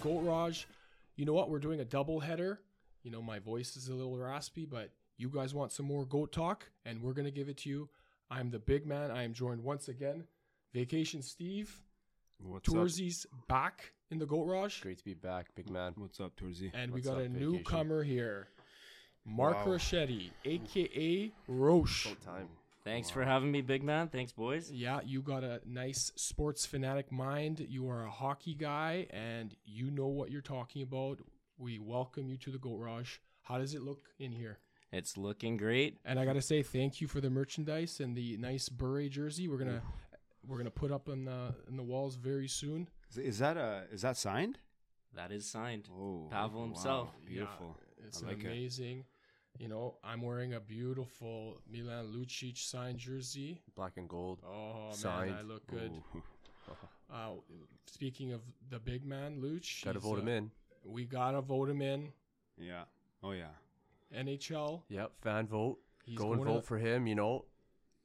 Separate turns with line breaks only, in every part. Gold Raj. You know what? We're doing a double header. You know, my voice is a little raspy, but you guys want some more goat talk, and we're gonna give it to you. I'm the big man. I am joined once again. Vacation Steve.
What's up?
Tourzy's back in the Goat Raj.
Great to be back, big man.
What's up, Torzy?
And we
What's
got
up,
a
vacation?
newcomer here. Mark
Wow.
Rochetti, aka Roche.
About time.
Thanks for having me, big man. Thanks, boys.
Yeah, you got a nice sports fanatic mind. You are a hockey guy and you know what you're talking about. We welcome you to the Goat Raj. How does it look in here?
It's looking great.
And I gotta say thank you for the merchandise and the nice Bure jersey. We're gonna we're gonna put up on the on the walls very soon.
Is, is that uh is that signed?
That is signed.
Oh,
Pavel himself.
wow, Beautiful.
Yeah, it's
I like it.
amazing. You know, I'm wearing a beautiful Milan Lucic signed jersey.
Black and gold.
Oh
Signed.
man, I look good.
Oh.
Uh, speaking of the big man, Luch,
Gotta
he's,
vote
uh,
him in.
We gotta vote him in.
Yeah. Oh yeah.
NHL,
Yep, fan vote.
He's
Go and
going to-
vote for him. You know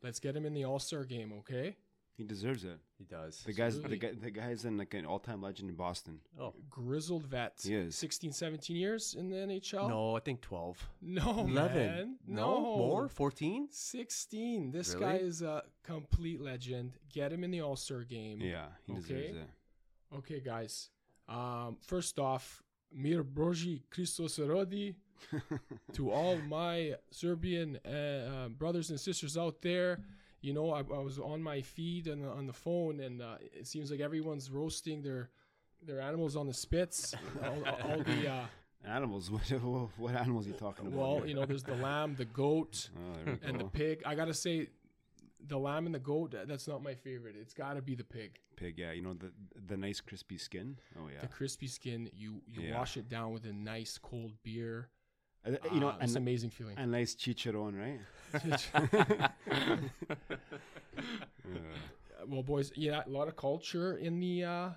let's get him in the All Star game, okay?
He deserves it.
he does.
The guy's
Absolutely.
the guy the guy's in like an all time legend in Boston.
Oh
Grizzled vet,
He is.
16, 17 years in the NHL.
no, I think twelve.
no, Oh, man.
No,
no
more. Fourteen.
16. This
Really?
guy is a complete legend. Get him in the All Star game.
Yeah, he deserves
Mm. Okay.
it.
Okay, guys. Um, first off, Mir Broji Christos Rodi to all my Serbian uh, uh, brothers and sisters out there. You know, I, I was on my feed and on the phone, and uh, it seems like everyone's roasting their their animals on the spits. all, all the uh,
Animals. What, what what animals are you talking about?
well,
here?
you know, there's the lamb, the goat,
Oh, there we
and the
go.
pig. I gotta say, the lamb and the goat. uh, That's not my favorite. It's gotta be the pig.
pig. Yeah, you know the the nice crispy skin. Oh yeah.
The crispy skin. You you
Yeah.
wash it down with a nice cold beer.
Uh, you know,
Ah, it's
and
an amazing feeling.
a nice chicharron, right?
well, boys, yeah, a lot of culture in the uh,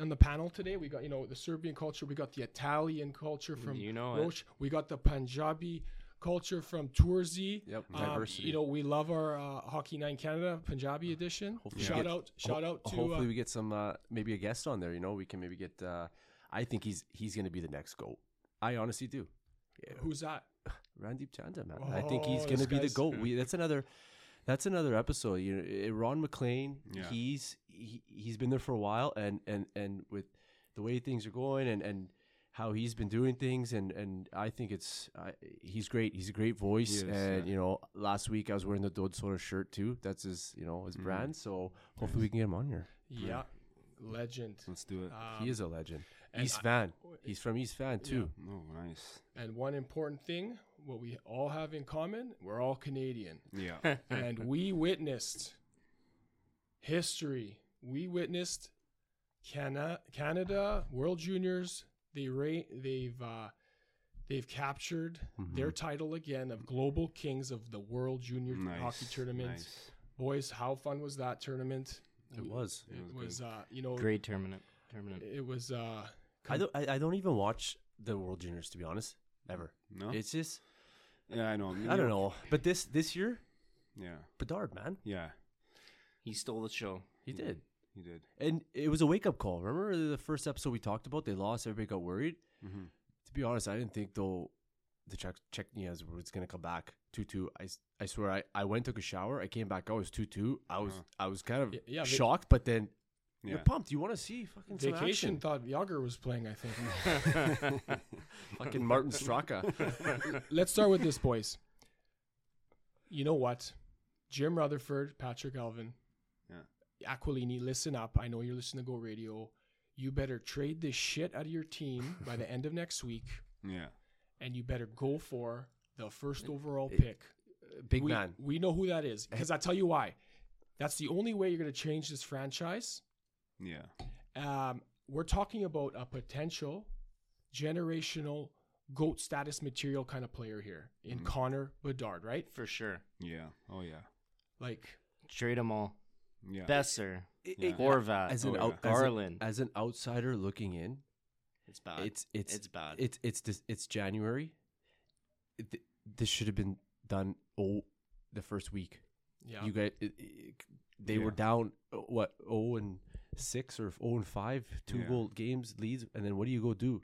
on the panel today. We got you know the Serbian culture, we got the Italian culture from
You know it.
Roche, we got the Punjabi culture from Tourzi.
Yep,
Um,
diversity.
you know, we love our uh, Hockey Nine Canada Punjabi edition.
Hopefully
shout
we get-
out, shout
ho-
out to
Hopefully,
uh,
we get some. Uh, maybe a guest on there. You know, we can maybe get. Uh, I think he's he's gonna be the next goat. I honestly do.
uh, who's that?
Randeep Chanda, man. I think he's
Oh,
gonna
this
be the
guy's-
goat. We that's another that's another episode. You know, eh, Ron McLean,
Yeah.
he's he, he's been there for a while and and and with the way things are going and and how he's been doing things and and I think it's I he's great. He's a great voice
He is,
and
yeah.
you know last week I was wearing the Dod Soda shirt too. That's his you know his
Mm-hmm.
brand. So hopefully we can get him on here.
Yeah, legend.
Let's do it.
Um,
Hmm. he is a legend.
and
East
I-
Van. He's from East Van too.
oh, nice.
and one important thing, what we all have in common, we're all Canadian.
Oh.
Yeah.
and we witnessed history. We witnessed Cana- Canada World Juniors. They ra- they've uh, they've captured their title again of global kings of the World Junior
nice.
Hockey Tournament.
nice.
Boys, how fun was that tournament?
It was.
It,
was
was, uh, you know
Great tournament. Tournament.
it was uh,
I don't I, I don't even watch the World Juniors to be honest. Ever.
No.
It's just
yeah, I know.
I don't know. But this this year,
Yeah.
Bedard, man,
Yeah. Mm-hmm.
He stole the show.
he did,
He did.
and it was a wake up call. Remember the first episode we talked about? They lost. Everybody got worried.
Mhm.
To be honest, I didn't think though the Czech Chechnyas was gonna come back two two. I, s- I swear I, I went took a shower. I came back. I was two two. I was I was kind of
Y- yeah, they-
shocked, but then
Yeah.
you're pumped. You want to see fucking some
vacation.
action.
Thought Yager was playing. I think.
fucking Martin Straka.
Let's start with this, boys. You know what? Jim Rutherford, Patrick Elvin,
Yeah.
Aquilini, listen up. I know you're listening to Go Radio. You better trade this shit out of your team by the end of next week,
Yeah.
and you better go for the first overall pick.
Big
we,
man.
We know who that is because I tell you why. That's the only way you're going to change this franchise.
Yeah.
Um, we're talking about a potential generational goat status material kind of player here in
Mm-hmm.
Connor Bedard, right?
For sure.
Yeah. Oh yeah.
Like
Trade them all.
Yeah.
Besser.
Yeah.
Horvat.
As an,
Oh,
out,
yeah.
as an-
Garland.
as an outsider looking in,
it's bad.
it's it's
it's bad.
It's it's this, it's January. It, th- this should have been done oh the first week.
Yeah.
You guys, it, it, they were
Yeah.
down uh, what oh and six or oh and five, two
Yeah.
goal games leads, and then what do you go do?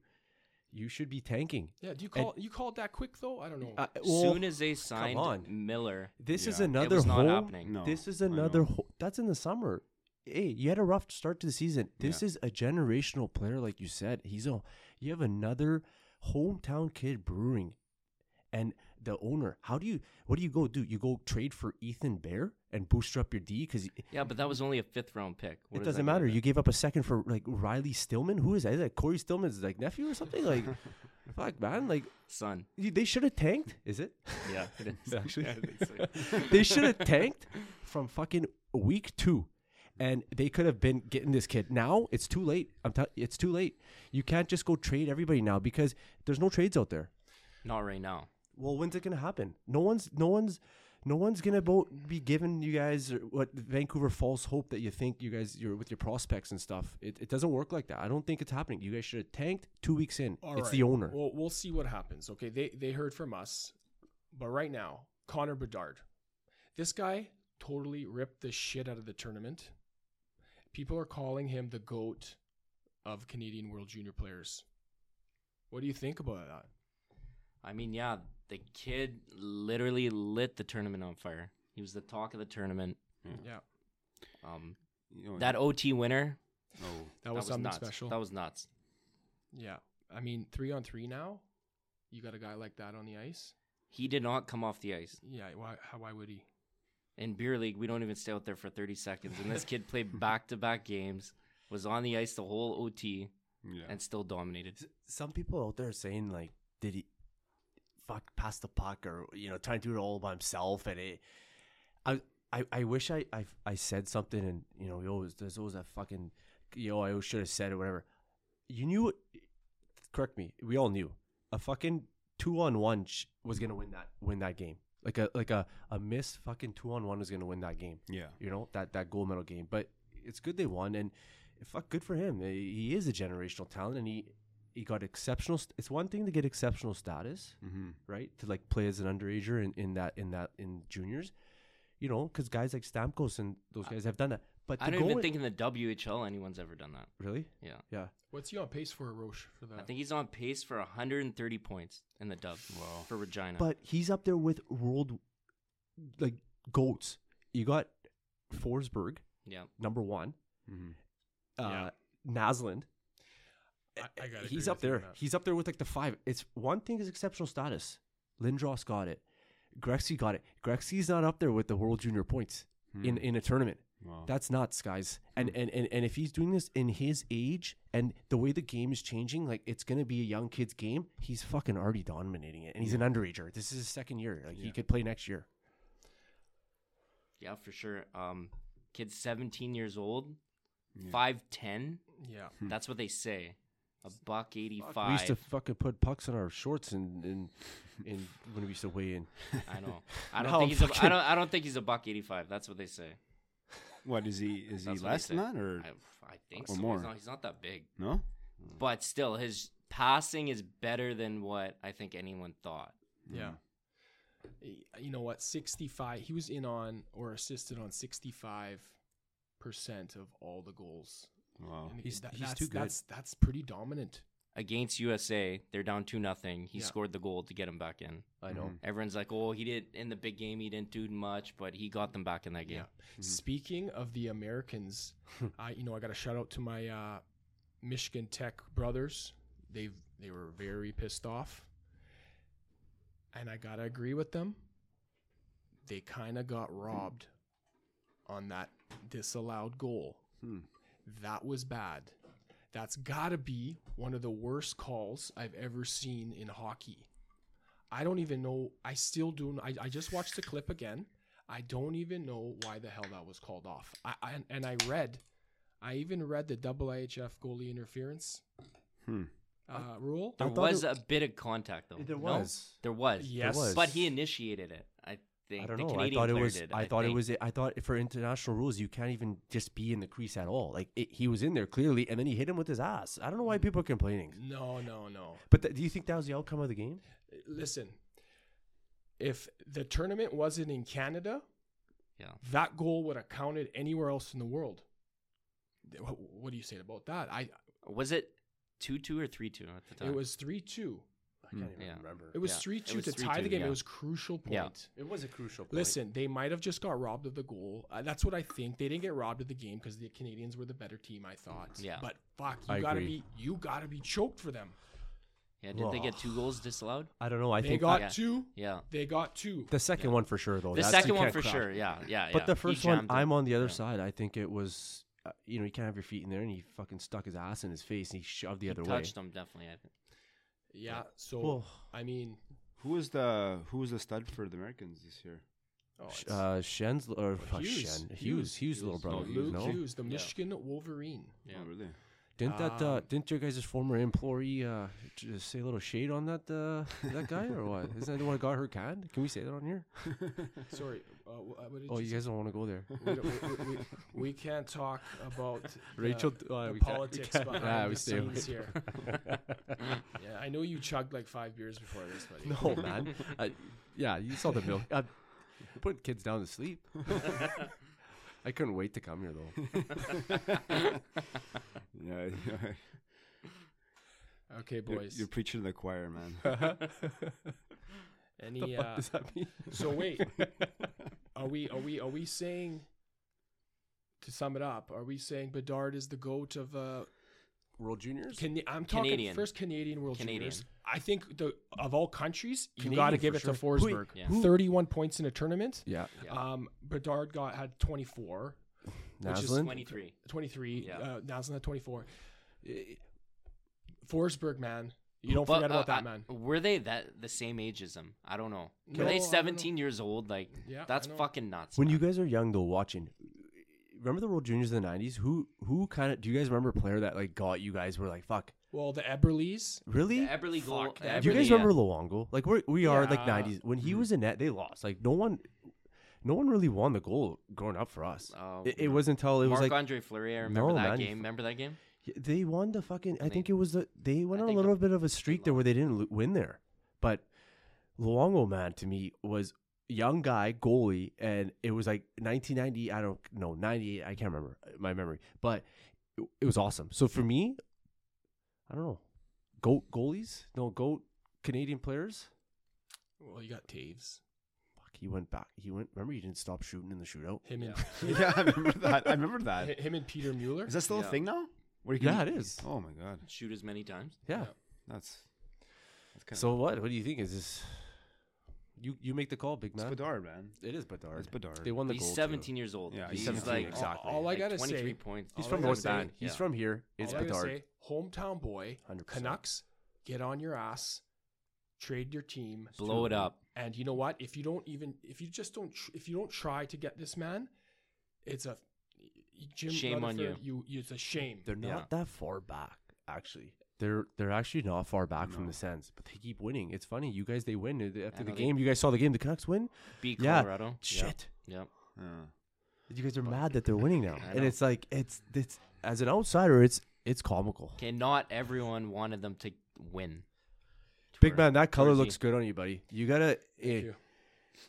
You should be tanking.
Yeah, do you call you call it that quick though? I don't know.
Uh,
Soon as they signed
on.
Miller,
this is
Yeah.
another
it was not
whole-
happening.
No,
This is
I know. Oh,
another. Ho- that's in the summer. Hey, you had a rough start to the season. This
Yeah.
is a generational player, like you said. He's a. You have another hometown kid brewing, and the owner. How do you? What do you go do? You go trade for Ethan Bear and boost up your D because
Yeah, but that was only a fifth round pick.
it
What does that
doesn't
get
matter.
them?
You gave up a second for like Riley Stillman. Who is that? Is that Corey Stillman's like nephew or something? Like, fuck, man. Like
son.
you- they should have tanked. Is it?
Yeah, it is.
Actually.
Yeah, I think so.
they should have tanked from fucking week two, and they could have been getting this kid. Now it's too late. I'm telling it's too late. You can't just go trade everybody now because there's no trades out there.
not right now.
Well, when's it gonna happen? No one's, no one's, no one's gonna bo- be giving you guys what Vancouver false hope that you think you guys you're with your prospects and stuff. It, it doesn't work like that. I don't think it's happening. You guys should have tanked two weeks in.
All
it's
right.
the owner.
Well, we'll see what happens. Okay, they they heard from us, but right now, Connor Bedard, this guy totally ripped the shit out of the tournament. People are calling him the goat of Canadian World Junior players. What do you think about that?
I mean, yeah, the kid literally lit the tournament on fire. He was the talk of the tournament.
Yeah,
Um,
You know,
that OT winner
oh,
that was, something
nuts.
special.
That was nuts.
yeah, I mean, three on three now. You got a guy like that on the ice.
He did not come off the ice.
Yeah, why? How? Why would he?
In beer league, we don't even stay out there for 30 seconds. And this kid played back to back games, was on the ice the whole OT,
yeah.
and still dominated.
some people out there saying like, did he fuck pass the puck or you know trying to do it all by himself and it. I I, I wish I, I I said something and you know yo there's always that fucking yo I should have said it whatever. You knew, correct me. We all knew a fucking two on one sh- was gonna win that win that game. Like a like a a miss fucking two on one was gonna win that game
yeah.
you know that that gold medal game. But it's good they won, and fuck, good for him. He he is a generational talent, and he he got exceptional. St- it's one thing to get exceptional status,
Mm-hmm.
right? To like play as an underager in, in that in that in juniors, you know, because guys like Stamkos and those guys have done that. But
I
to
don't
go
even
in-
think in the WHL anyone's ever done that.
really.
Yeah.
Yeah,
What's he on pace for, Roche? For that?
I think he's on pace for 130 points in the dub
Wow.
for Regina.
but he's up there with world like goats. You got Forsberg,
yeah.
number one.
Mm-hmm.
Uh, Naslund,
I, I gotta
he's
agree
up
with you on
there.
that.
He's up there with like the five. It's one thing is exceptional status. Lindros got it. Grexy got it. Grexy's not up there with the World Junior points
Hmm.
in, in a tournament.
Wow.
That's nuts, guys. And, and and and if he's doing this in his age and the way the game is changing, like it's gonna be a young kid's game. He's fucking already dominating it, and he's an underager. This is his second year. Like he
Yeah.
could play next year.
Yeah, for sure. Um, kid's 17 years old,
Yeah.
5'10.
Yeah.
That's what they say. A buck
Hmm. We
85.
used to fucking put pucks on our shorts and and, and when we used to weigh in.
I know. I don't
Now
think
I'm
he's a, I
fucking-
don't I don't think he's a buck 85. That's what they say.
What is he? Is he
That's what they
less than
say.
that or
I, I think
Or
so.
more.
He's, not, he's not that big.
no?
But still his passing is better than what I think anyone thought.
Mm-hmm.
Yeah. Y- You know what? 65. He was in on or assisted on 65% of all the goals.
Wow.
And
Oh, He's- he's
that's,
too good.
That's, that's pretty dominant.
Against USA, they're down 2 nothing. He
Yeah.
scored the goal to get him back in.
I know.
Everyone's like, "Oh, he did in the big game, he didn't do much, but he got them back in that game."
Speaking of the Americans, I you know I got a shout out to my uh, Michigan Tech brothers. They they were very pissed off, and I gotta agree with them. They kind of got robbed on that disallowed goal.
Hmm.
That was bad. That's gotta be one of the worst calls I've ever seen in hockey. I don't even know. I still do. I, I just watched the clip again. I don't even know why the hell that was called off. I, I and I read, I even read the IIHF goalie interference
Hmm.
uh, rule.
I
There
thought
was
it-
a bit of contact though.
There
No?
was.
There was.
Yes,
was.
But he initiated it. I think.
I don't
the
know. I
Canadian
thought it
player
was.
Did,
I, thought it
think.
was. I thought for international rules, you can't even just be in the crease at all. Like it, he was in there clearly, and then he hit him with his ass. I don't know
Mm.
why people are complaining.
no, no, no.
But th- do you think that was the outcome of the game?
Listen, if the tournament wasn't in Canada,
Yeah.
that goal would have counted anywhere else in the world. Wh- What do you say about that? I
Was it two two or three two at the time?
it was three two.
I can't even
Mm, Yeah.
remember.
It was
Yeah,
three
it
two
was
to tie
3-2,
the game.
yeah.
It was crucial point.
Yeah.
It was a crucial point.
Listen, they might have just got robbed of the goal. Uh, that's what I think. They didn't get robbed of the game because the Canadians were the better team. I thought.
Yeah.
But fuck, you
I
gotta
agree.
be you gotta be choked for them.
yeah. Did they get two goals disallowed?
I don't know. I
they
think
got
Yeah.
two.
Yeah.
They got two.
the second one for sure, though.
The
Oh, That's- you
second one
can't
for
cry.
sure. Yeah. Yeah.
But
yeah.
the
He
first one,
jammed it.
I'm on the other
Yeah.
side. I think it was, uh, you know, you can't have your feet in there, and he fucking stuck his ass in his face, and he shoved the
He
other way.
touched him definitely. I think.
yeah. So
Well,
I mean,
Who was the Who was the stud for the Americans this year?
oh,
Sh-
it's-
uh, Shen's l- or uh,
Hughes.
Shen Hughes,
Hughes.
Hughes, little brother.
No,
Hughes,
Luke
no,
Hughes, the Michigan Wolverine.
Yeah.
Oh, really?
didn't that uh,
Um,
didn't your guys' former employee uh, j- say a little shade on that uh, that guy or what? Isn't that the one that got her canned? Can we say that on here?
Sorry. Uh, wh- uh, what did
Oh,
you
you guys don't want to go there.
we, don't- we, we, we- we can't talk about the-
Rachel,
the,
t- uh, we can't- we
politics
can't.
behind
Yeah,
the
we stay away
scenes here. yeah, I know you chugged like five beers before this, buddy.
No, man. I, yeah, you saw the milk. Uh, putting kids down to sleep. I couldn't wait to come here though.
Yeah, yeah.
Okay,
You're,
boys.
you're preaching to the choir, man.
Any? Uh,
Does that mean?
so wait, are we are we are we saying? To sum it up, are we saying Bedard is the goat of uh?
World Juniors?
Can- I'm talking
Canadian.
first Canadian World
Canadian.
Juniors. I think the of all countries, you
Canadian
got to
for
give it to
sure. Who-
Forsberg.
Yeah.
who-
31 points in a tournament.
yeah.
Yeah.
Um, Bedard got had 24. Which is
Naslin?
Twenty three.
23.
Yeah.
Uh, Naslin had 24. Forsberg, man. You don't forget about
uh,
that, man.
Were they that the same age as him? I don't know.
No,
Were
I
they
don't know.
17 years old? Like
Yeah, I
that's
know.
fucking nuts.
When
man.
you guys are young though, watching, remember the World Juniors of the '90s? Who who kind of do you guys remember a player that like got you guys were like fuck
Well, the Eberlees.
really?
The Eberle goal.
Fuck that.
do you
Eberle,
guys
E, yeah. Mm-hmm.
remember Luongo? Like we're, we are like
Yeah.
'90s when he was in net, they lost. Like no one, no one really won the goal growing up for us.
Oh,
it, it was until it was
Marc
like
Andre Fleury. I remember
No,
that
man, you
game.
f-
Remember that game?
Yeah, They won the fucking. I
And they-
think it was the. They went
I
on a
think
little
the-
bit of a streak there where they didn't lo- win there, but Luongo man to me was young guy goalie, and it was like 1990. I don't know 98. I can't remember uh, my memory, but it, it was awesome. So for me, I don't know. Goat goalies? No goat Canadian players.
Well, you got Taves.
Fuck, he went back. He went. Remember, he didn't stop shooting in the shootout.
Him and
yeah, I remember that. I remember
hi-
that.
him and Peter Mueller.
Is that still
Yeah.
a thing now? Where you
Yeah, it is.
Oh my god,
Shoot as many times.
Yeah.
Yeah.
that's that's kind
So what? What do you think? Is this? You you make the call, big
of it's
man.
Bedard, man.
It is Bedard.
It's Bedard.
They won the
He's
goal. too.
17 years old.
Yeah,
he's
he's 17,
like
exactly. All I
like
gotta
23
say-
points.
He's
All
from
I gotta
North
say-
Van. He's
Yeah.
from here. It's
All I gotta
Bedard.
say, hometown boy,
100%.
Canucks, get on your ass, trade your team,
blow it up.
and you know what? If you don't even, if you just don't, tr- if you don't try to get this man, it's a Jim
Shame on
Rutherford, you. you. It's a shame.
They're not
Yeah.
that far back, actually. They're they're actually not far back from the Sens, but they keep winning. It's funny, you guys. They win They- after the
know, they-
game. You guys saw the game. The Canucks win.
Beat
Yeah.
Colorado.
Shit,
Yeah. Yep.
Yeah.
you guys are mad that they're winning now, and
know.
it's like it's it's as an outsider, it's it's comical.
Okay, not everyone wanted them to win.
Big man, that color
Jersey.
looks good on you, buddy. You gotta, eh,
you.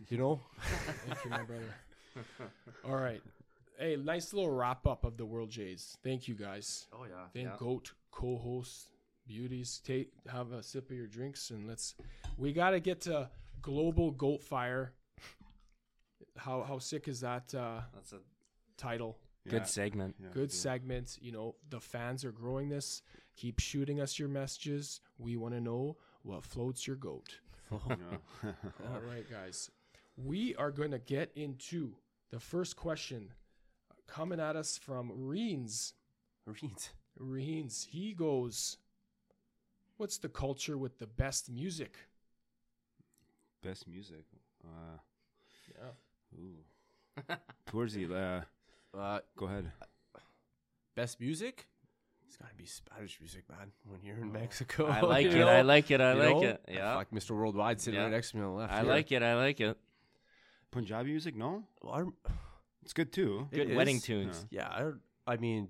you. know,
Thank you, my brother. All right. Hey, nice little wrap up of the World Jays. Thank you guys. Oh yeah. Thank Goat co-hosts, beauties. Take have a sip of your drinks and let's. We gotta get to global goat fire. How how sick is that uh,
That's a
title?
Yeah.
good segment.
Yeah.
Good segment. You know the fans are growing this. Keep shooting us your messages. We want to know what floats your goat.
Yeah.
Uh,
All right, guys. We are going to get into the first question coming at us from Reens.
Marines.
Reens, he goes, What's the culture with the best music?
Best music. Uh,
Yeah.
ooh. Towards the uh,
Uh,
go ahead.
best music. It's gotta be Spanish music, man. When you're in Mexico,
I like
you
it. I
know?
like it. I
You
like
know?
it. Yeah.
Fuck, Mr. Worldwide sitting
Yeah.
right next to me on the left.
I
here.
like it. I like it.
Punjabi music? No,
Well, I'm-
it's good too.
It
Good wedding
is.
tunes.
Yeah, I, don't- I mean,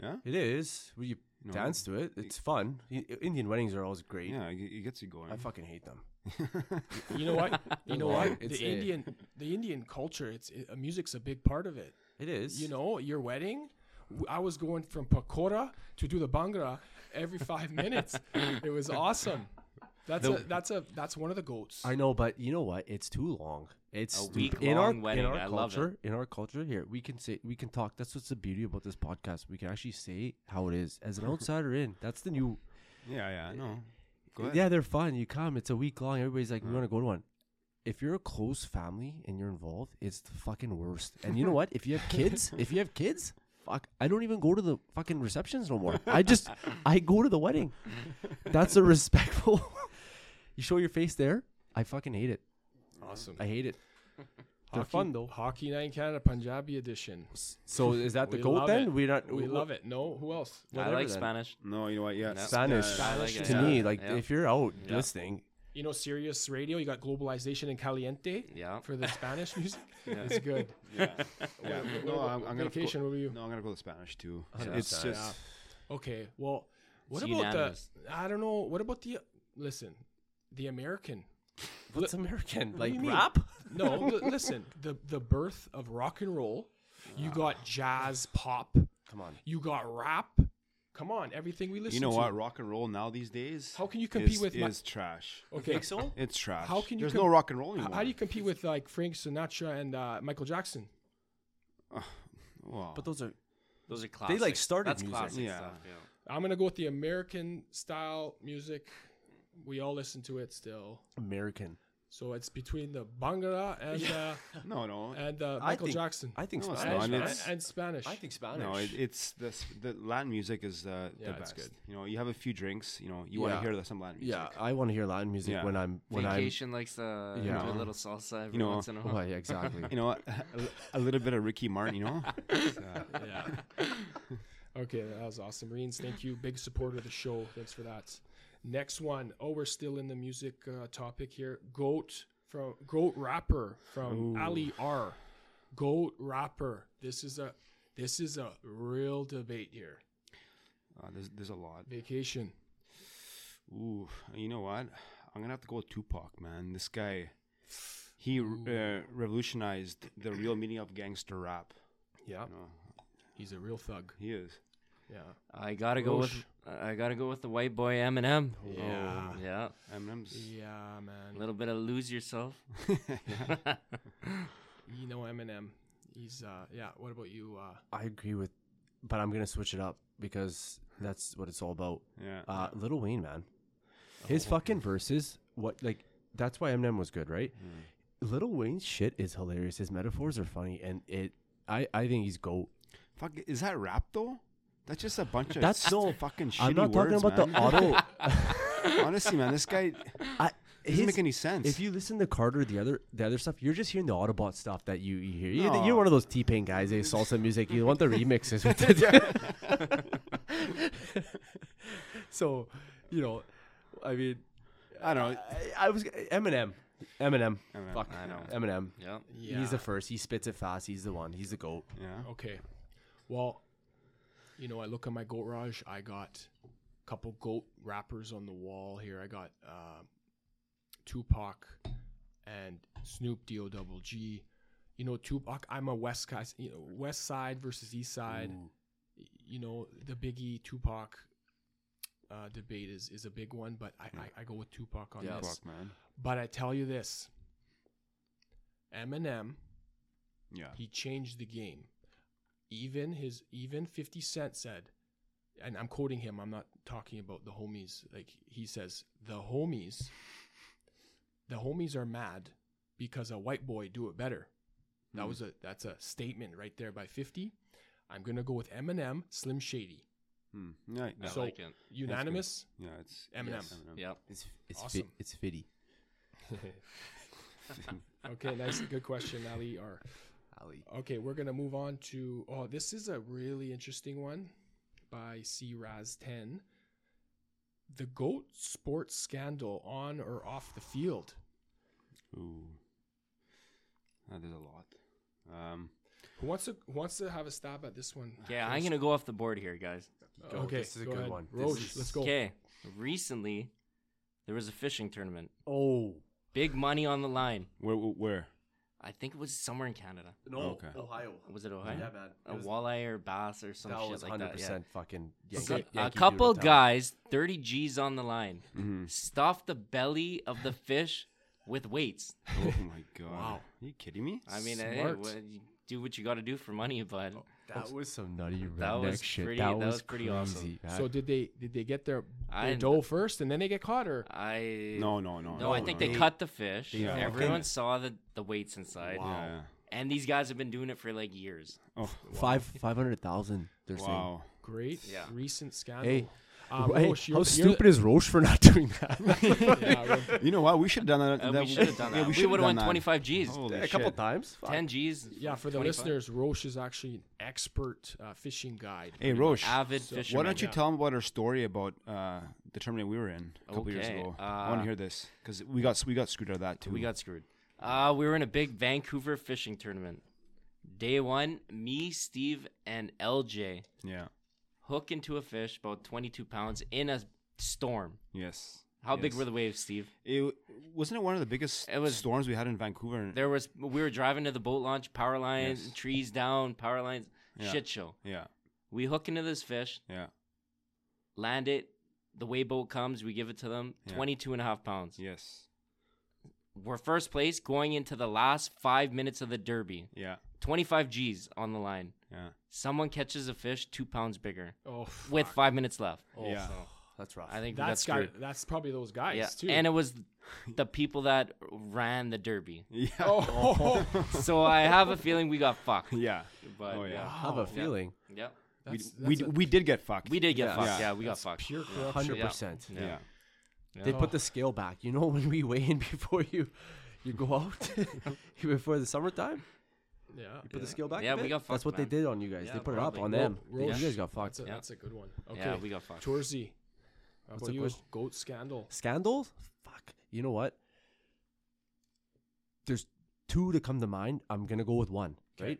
Yeah,
it is. We
No.
dance to it. It's fun. I- Indian weddings are always great.
yeah, it it gets you going.
I fucking hate them.
You know what? You know
Well,
what?
it's
The
a-
Indian, the Indian culture. It's it, uh, music's a big part of it.
It is.
You know, your wedding. w- I was going from pakora to do the bangra every five minutes. It was awesome. That's
The-
a that's a that's one of the goats.
I know, but you know what? It's too long. It's
A
stup-
week-long
in our,
wedding.
In our
I love it.
culture, in our culture here, we can say we can talk. That's what's the beauty about this podcast. We can actually say how it is as an outsider in. That's the new.
Yeah, yeah, I know. Go ahead.
Yeah, they're fun. You come. It's a week long. Everybody's like, we want to go to one. If you're a close family and you're involved, it's the fucking worst. And you know what? If you have kids, if you have kids, fuck, I don't even go to the fucking receptions no more. I just I go to the wedding. That's a respectful. you show your face there. I fucking hate it.
awesome.
I hate it. They're
Hockey,
fun though.
Hockey Night in Canada Punjabi edition.
So is that the
We
goat
love
then?
it.
We not
We love it. No, who else?
I
whatever
like
then.
Spanish.
No, you know what? Yeah,
No.
Spanish.
I like it,
to
yeah.
me, like
Yeah.
if you're out
Yeah.
listening,
You know, Sirius Radio. You got globalization and caliente
Yeah.
for the Spanish music. It's good.
Yeah. yeah.
What- what
No,
about
I'm, I'm gonna
vacation.
go,
What were you?
No, I'm gonna go to Spanish too.
Yeah.
It's
Yeah.
just
Okay. Well, what
It's
about
unanimous.
the? I don't know. What about the? Listen, the American.
what's American?
do
Like
you mean?
rap?
No, li- listen. The the birth of rock and roll.
Ah.
You got jazz, pop.
Come on.
You got rap. Come on, everything we listen.
you know
to.
what? Rock and roll now these days.
How can you compete
is,
with my-
is trash.
Okay.
so?
It's trash.
How can you
There's
com-
no rock and roll
H-
anymore.
How do you compete with like Frank Sinatra and uh, Michael Jackson?
Wow.
But those are
Those are classic.
like, started
That's
music.
classic
Yeah.
stuff. Yeah.
I'm gonna go with the American style music. We all listen to it still.
American.
So it's between the Bangara and
no, no,
uh, and uh,
I
Michael
think-
Jackson.
I think
No, it's
Spanish.
and,
not.
and-
it's-
and Spanish.
I think Spanish.
no. It, it's the s- the Latin music is uh,
Yeah,
the
it's
best.
good.
You know, you have a few drinks. You know, you
Yeah.
want to hear some Latin music.
yeah, I want to hear Latin music
Yeah.
when I'm when
Vacation likes the
Yeah.
do a little salsa every
You know,
once in a
I'm.
while.
Well, yeah, exactly.
You know, a, a little bit of Ricky Martin. You know.
yeah. okay, that was awesome. Marines, thank you. Big supporter of the show. Thanks for that. Next one. Oh, we're still in the music uh, topic here. Goat from Goat rapper from Ali R. Goat rapper. This is a this is a real debate here.
Uh, there's there's a lot.
Vacation.
Ooh, you know what? I'm gonna have to go with Tupac, man. This guy, he uh, revolutionized the real meaning of gangster rap.
Yeah,
You know,
he's a real thug.
he is.
Yeah.
I gotta go with I gotta go with the white boy Eminem.
Ah.
Yeah.
Yeah,
Oh, Eminem's.
Yeah,
a
man.
little bit of lose yourself.
You know Eminem. He's uh yeah, what about you uh
I agree with, but I'm gonna switch it up because that's what it's all about.
Yeah.
Uh, Little Wayne, man,
Oh,
his fucking verses. What like that's why Eminem was good, right?
Mm.
Little Wayne's shit is hilarious. His metaphors are funny, and it. I, I think he's goat.
Fuck, is that rap though? That's just a bunch of
That's
s-
no-
fucking shitty
I'm not talking
words,
about
man.
the auto.
Honestly, man, this guy
I,
doesn't
his-
make any sense.
If you listen to Carter, the other the other stuff, you're just hearing the Autobot stuff that you, you hear. You,
No.
You're one of those T Pain guys. They salsa music. You want the remixes. With it. so, you know, I mean,
I don't know.
I, I was Eminem. Eminem.
Eminem,
Fuck.
I know.
Eminem.
Yeah,
yeah.
He's the first. He spits it fast. He's the one. He's the goat.
Yeah.
Okay. Well, you know, I look at my goat garage. I got a couple goat rappers on the wall here. I got uh, Tupac and Snoop D O Double G. You know, Tupac. I'm a West guy. You know, West Side versus East Side. You know, the Biggie Tupac uh, debate is is a big one, but I, I, I go with Tupac on this.
Fuck, man.
But I tell you this, Eminem
Yeah.
he changed the game. Even his even 50 Cent said, and I'm quoting him, I'm not talking about the homies. Like he says, the homies the homies are mad because a white boy do it better. That was a that's a statement right there by 50. I'm gonna go with Eminem, Slim Shady.
Hmm. Yeah.
I
Yeah.
So-
like it.
Unanimous?
yeah it's
Eminem.
yes,
Yep.
It's it's
Awesome.
fit, it's fitty.
okay, nice good question, Ali R.
Ali.
Okay, we're gonna move on to oh, this is a really interesting one by C Raz Ten. The goat sports scandal on or off the field.
Ooh. Uh, there's a lot. Um,
Who wants to who wants to have a stab at this one?
Yeah, I'm gonna go off the board here, guys.
Go.
okay,
This is a
go
good
ahead.
one. This
Roche,
is-
let's go.
Okay, recently there was a fishing tournament.
Oh.
Big money on the line.
where, where?
I think it was somewhere in Canada.
No,
Okay.
Ohio.
Was it Ohio?
Yeah, man.
A
It was-
walleye or bass or some
that
shit
was
like that. Yeah.
fucking
So,
Yankee,
a
Yankee
couple
Doodle Town. Mm-hmm.
guys, 30 G's on the line,
Mhm.
stuffed the belly of the fish with weights.
Oh my god!
Wow.
Are you kidding me?
I mean, hey,
Smart.
wha- you do what you got to do for money, but
That was some nutty redneck
That was
shit.
pretty-
that,
that
was
was pretty awesome.
crazy, man.
So did they did they get their,
I- Uh,
their dough first and then they get caught or
I
No, no, no.
No, I think
no.
they cut the fish.
Yeah. fucking-
Everyone saw the, the weights inside.
Yeah.
And these guys have been doing it for like years.
Oh,
five five hundred thousand. They're saying.
wow.
great
Yeah.
recent scandal?
Hey,
Um,
hey,
Roche, you're-
how
you're-
stupid is Roche for not doing that?
yeah, Roche,
You know what? We should have done that.
Uh,
that-
we should have done
Yeah,
that.
we
we
should
would have
done
won
that.
25 G's.
Holy
a couple
shit.
times. Fuck.
10 G's.
yeah, for the
25.
listeners, Roche is actually an expert uh, fishing guide.
Hey, Roche.
Avid
So-
fisherman.
Why don't you tell them about our story about uh, the tournament we were in a couple years
Okay,
ago? I want
uh,
to hear this because we got we got screwed out of that too.
We got screwed. Uh, we were in a big Vancouver fishing tournament. Day one, me, Steve, and LJ
yeah.
hook into a fish about 22 pounds in a storm.
Yes.
How big
Yes.
were the waves, Steve?
It wasn't it one of the biggest
It was-
storms we had in Vancouver. and-
There was we were driving to the boat launch, power lines,
Yes.
trees down, power lines,
Yeah.
shit show.
yeah,
We hook into this fish,
yeah,
land it. The way boat comes, we give it to them.
Yeah.
22 and a half pounds.
yes,
We're first place going into the last five minutes of the derby.
yeah,
25 G's on the line.
yeah.
Someone catches a fish two pounds bigger
Oh,
with
fuck. Oh,
five minutes left.
Yeah.
that's rough.
I think
that's
that's
guy,
got
that's probably those guys
yeah.
too.
And it was the people that ran the derby.
Yeah.
oh,
So I have a feeling we got fucked.
yeah.
But
Oh, yeah.
yeah.
I have a
Wow.
feeling.
yeah.
We,
That's-
we,
that's a-
we did get fucked.
We did get
Yeah.
fucked.
Yeah.
Yeah, we got
that's
fucked.
Pure corruption.
Hundred percent.
Yeah.
Yeah.
They
Yeah.
put the scale back. You know when we weigh in before you, you go out before the summertime.
Yeah,
You put the scale back. a
Yeah, we
bit?
got
That's
fucked,
what
man.
they did on you guys.
Yeah,
they put it
probably.
up on
Well,
them. They-
Roche-
you guys got
That's
fucked.
a,
Yeah.
that's a good one. Okay,
Yeah, we got fucked.
Torzy, how
What's
about
the
you?
question?
Goat scandal.
Scandals? Fuck. You know what? There's two to come to mind. I'm gonna go with one. Right?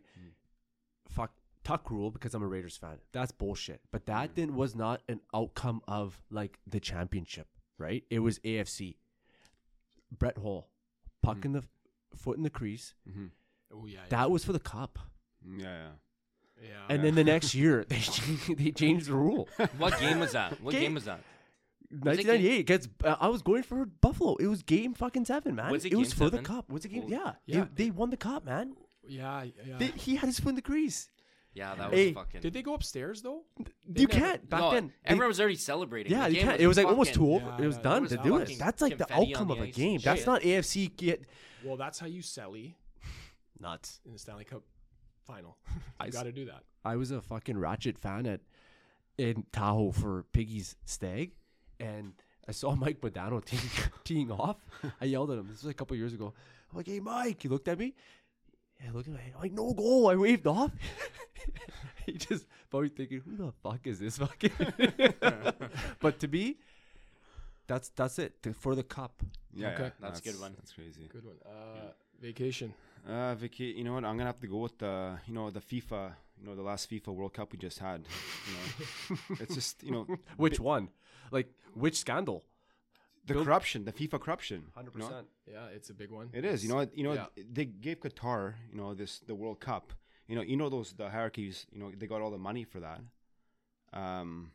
Fuck Tuck rule because I'm a Raiders fan. That's bullshit. But that then was not an outcome of like the championship, right? It was AFC. Brett Hall, puck in the f- foot in the crease.
Oh yeah, yeah.
That was for the cup.
Mm-hmm. Yeah, yeah.
yeah.
And then the next year they changed, they changed the rule.
What game was that? What
Game-
game was that?
1998 gets. Uh, I was going for Buffalo. It was game fucking seven, man.
Was
it
it
was
game
for the
seven?
cup. Was it game?
Holy- Uh.
yeah,
Yeah.
It- they won the cup, man.
yeah, yeah.
They, he had his foot in the crease.
Yeah, that was
Hey,
fucking.
Did they go upstairs though? They
you
never-
can't back
No,
then. they-
everyone was already celebrating.
yeah,
The
you
game
can't. it was like almost
fucking-
two over.
Yeah,
it was
yeah,
done to
there was
do it.
fucking
That's like the
confetti on
outcome
the
of a
ice
game.
and
That's
shit.
not AFC get
Well, that's how you selly
nuts.
in the Stanley Cup final.
I
you
s-
got to do that.
I was a fucking ratchet fan at in Tahoe for Piggy's stag, and I saw Mike Modano teeing, teeing off. I yelled at him. This was a couple years ago. I'm like, "Hey, Mike!" He looked at me. I looked at him. I'm like, "No goal!" I waved off. he just probably thinking, "Who the fuck is this fucking?" but to me, that's that's it To- for the cup.
Yeah,
Okay.
yeah.
That's a good one.
That's crazy.
Good one. Uh, Vacation.
Uh, Vicky, you know what? I'm gonna have to go with the, you know, the FIFA, you know, the last FIFA World Cup we just had. You know, it's just, you know,
Which one? Like which scandal?
the corruption, the FIFA corruption. you know?
Yeah, it's a big one.
It is. You know, what- you know,
Yeah.
they gave Qatar, you know, this the World Cup. You know, you know those the hierarchies. You know, they got all the money for that. Um,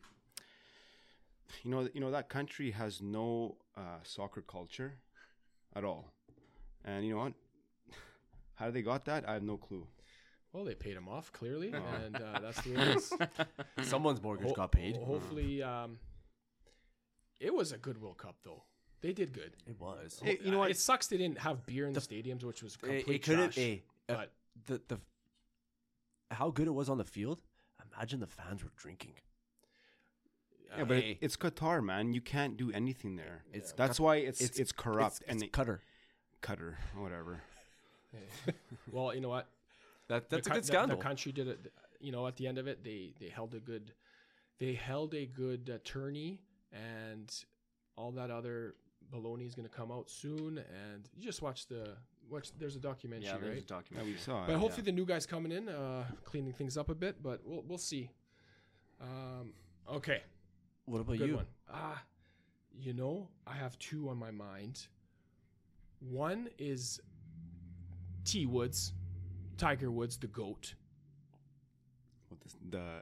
you know, you know that country has no uh, soccer culture at all, and you know what? How they got that? I have no clue.
Well, they paid him off clearly, and uh, that's the way it is.
Someone's mortgage
Ho-
got paid.
Hopefully, um, it was a good World Cup though. They did good.
It was.
Hey, you know what?
It sucks they didn't have beer in the, stadiums, which was
It-
complete
it couldn't
trash.
eh, uh,
but-
the the how good it was on the field. Imagine the fans were drinking.
yeah, but
Uh, hey.
it, it's Qatar, man. You can't do anything there.
It's
That's why it's it's, corrupt
It's,
and
it's
they-
cutter.
Qatar, whatever.
Well, you know what?
That that's
the,
a
cou-
good
the-
scandal.
The country did it. You know, at the end of it, they they held a good, they held a good uh, tourney, and all that other baloney is going to come out soon. And you just watch the watch. There's a documentary,
Yeah, there's a
right?
Yeah,
documentary.
we saw.
but
it,
hopefully the new guy's coming in, uh, cleaning things up a bit. But we'll we'll see. Um, okay,
what about
good
you?
one. Ah, you know, I have two on my mind. One is T Woods, Tiger Woods, the goat,
What this, the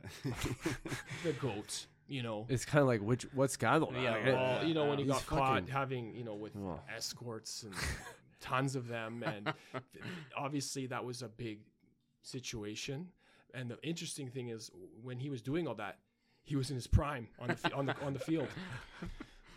the goat. You know,
It's kind of like which what scandal? now?
Yeah,
Like,
well, you know when he
he's
got caught
fucking-
having you know with
Oh.
escorts and tons of them, and th- obviously that was a big situation. And the interesting thing is when he was doing all that, he was in his prime on the fi- on the on the field.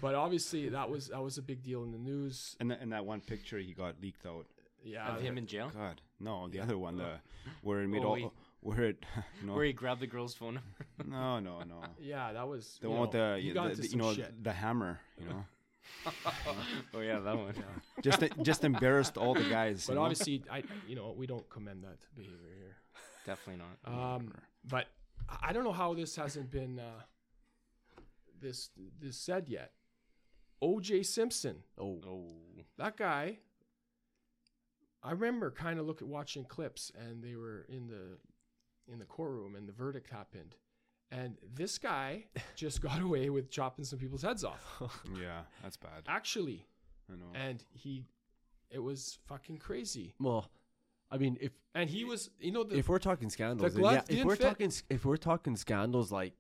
But obviously that was that was a big deal in the news.
and, that, and that one picture he got leaked out.
Yeah,
Of him in jail,
God, no, the other one, the where it made
Oh,
all
he-
where it no
where he grabbed the girl's phone.
no no no
yeah, that was
the
you
one with
know,
the,
he
you-
got
the-
into
the- you
some
know
shit.
the hammer you know
oh yeah, that one.
just just embarrassed all the guys.
But
you know?
obviously, I you know we don't commend that behavior here.
Definitely not.
Um, but I- I don't know how this hasn't been uh, this this said yet. O.J. Simpson,
Oh,
Oh,
that guy. I remember kind of looking watching clips, and they were in the in the courtroom, and the verdict happened, and this guy just got away with chopping some people's heads off.
yeah, that's bad.
Actually,
I know.
and he, it was fucking crazy.
well, I mean, if
And he was, you know, the
if we're talking scandals, then
glove
yeah, if
didn't
we're
fit.
talking s- if we're talking scandals like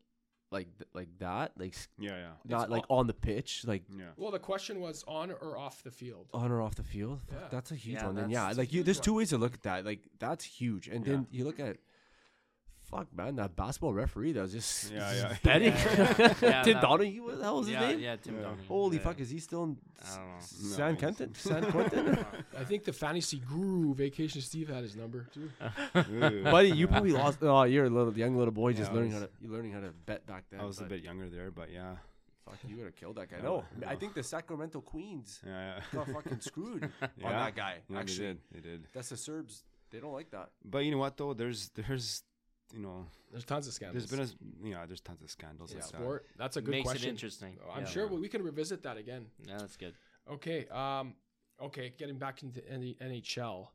like th- like that, like s-
Yeah, yeah,
not like on the pitch, like
yeah.
well, the question was on or off the field.
on or off the field. Fuck,
Yeah.
that's a huge
Yeah,
one. Then
that's
yeah,
a
like you,
huge
there's
one.
two ways to look at that. Like that's huge, and then you look at. Fuck man, that basketball referee that was just,
Yeah,
just
yeah.
betting.
Yeah,
Tim
that-
Donahue, what the hell was his
yeah,
name?
yeah, Tim Donahue.
Holy
Yeah.
fuck, is he still in
I don't know.
San
No,
Quentin? San Quentin?
I think the fantasy guru Vacation Steve had his number too.
Ooh.
Buddy, you probably lost. Oh, you're a little young little boy just
Yeah, I
learning
was-
how to you learning how to bet back then.
I was a
but
bit younger there, but yeah,
Fuck, you would have killed that guy.
Yeah,
No,
no.
I think the Sacramento Queens
yeah, yeah.
got Oh, fucking screwed
Yeah.
on that guy.
Yeah,
actually,
they did, they did.
that's the Serbs. They don't like that.
But you know what though? There's there's you know
There's tons of scandals.
there's been a you know there's tons of scandals
in
like that.
sport. That's a good
Makes
question. Oh,
it interesting.
I'm
Yeah.
sure we we can revisit that again.
Yeah, that's good.
Okay. Um. Okay. Getting back into N- NHL.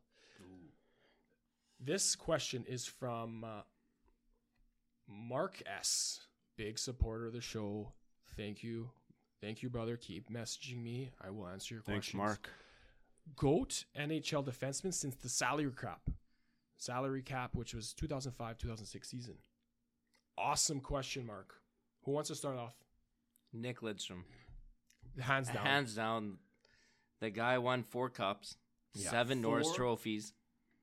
This question is from uh, Mark S. Big supporter of the show. Thank you. Thank you, brother. Keep messaging me. I will answer your
Thanks,
questions.
Mark.
GOAT NHL defenseman since the salary cap. Salary cap, which was 2005 2006 season. Awesome question mark. Who wants to start off?
Nick Lidstrom,
Hands down.
hands down, the guy won four cups,
Yeah.
seven Norris
Four.
trophies,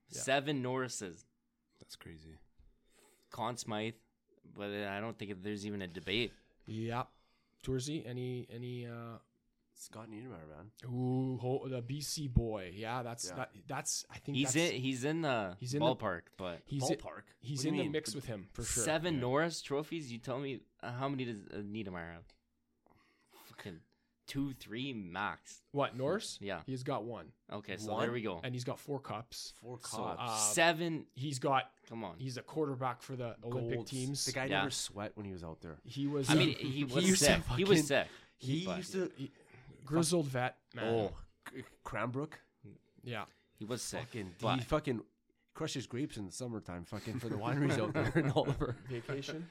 Yeah.
seven Norrises.
That's crazy.
Conn Smythe, but I don't think there's even a debate.
Yep. Tourzy, any any uh
Scott Niedermayer, man.
ooh, ho- the BC boy. Yeah, that's
Yeah.
That, that's I think
He's
that's,
in. He's in the
He's in the-
ballpark, but
he's
Ballpark.
in,
What
he's
do you
in the
mean?
mix with him for sure.
seven
Yeah.
Norris trophies. You tell me uh, how many does uh, Niedermeyer have? Fucking two, three max.
What, Norse?
Yeah.
He's got one.
Okay, so
One
there we go.
And he's got four cups.
Four
So
cops.
uh,
seven.
He's got
Come on.
he's a quarterback for the Olympic
Golds.
teams.
The guy
Yeah.
never sweat when he was out there.
he was
I
a
mean, he was
used to
sick. he was
fucking-
sick.
He
But-
used to.
grizzled vet. Man.
oh, C- Cranbrook.
Yeah.
He was sick.
Fucking.
but
He fucking crushes grapes in the summertime. Fucking for the wineries out there in Oliver.
Vacation.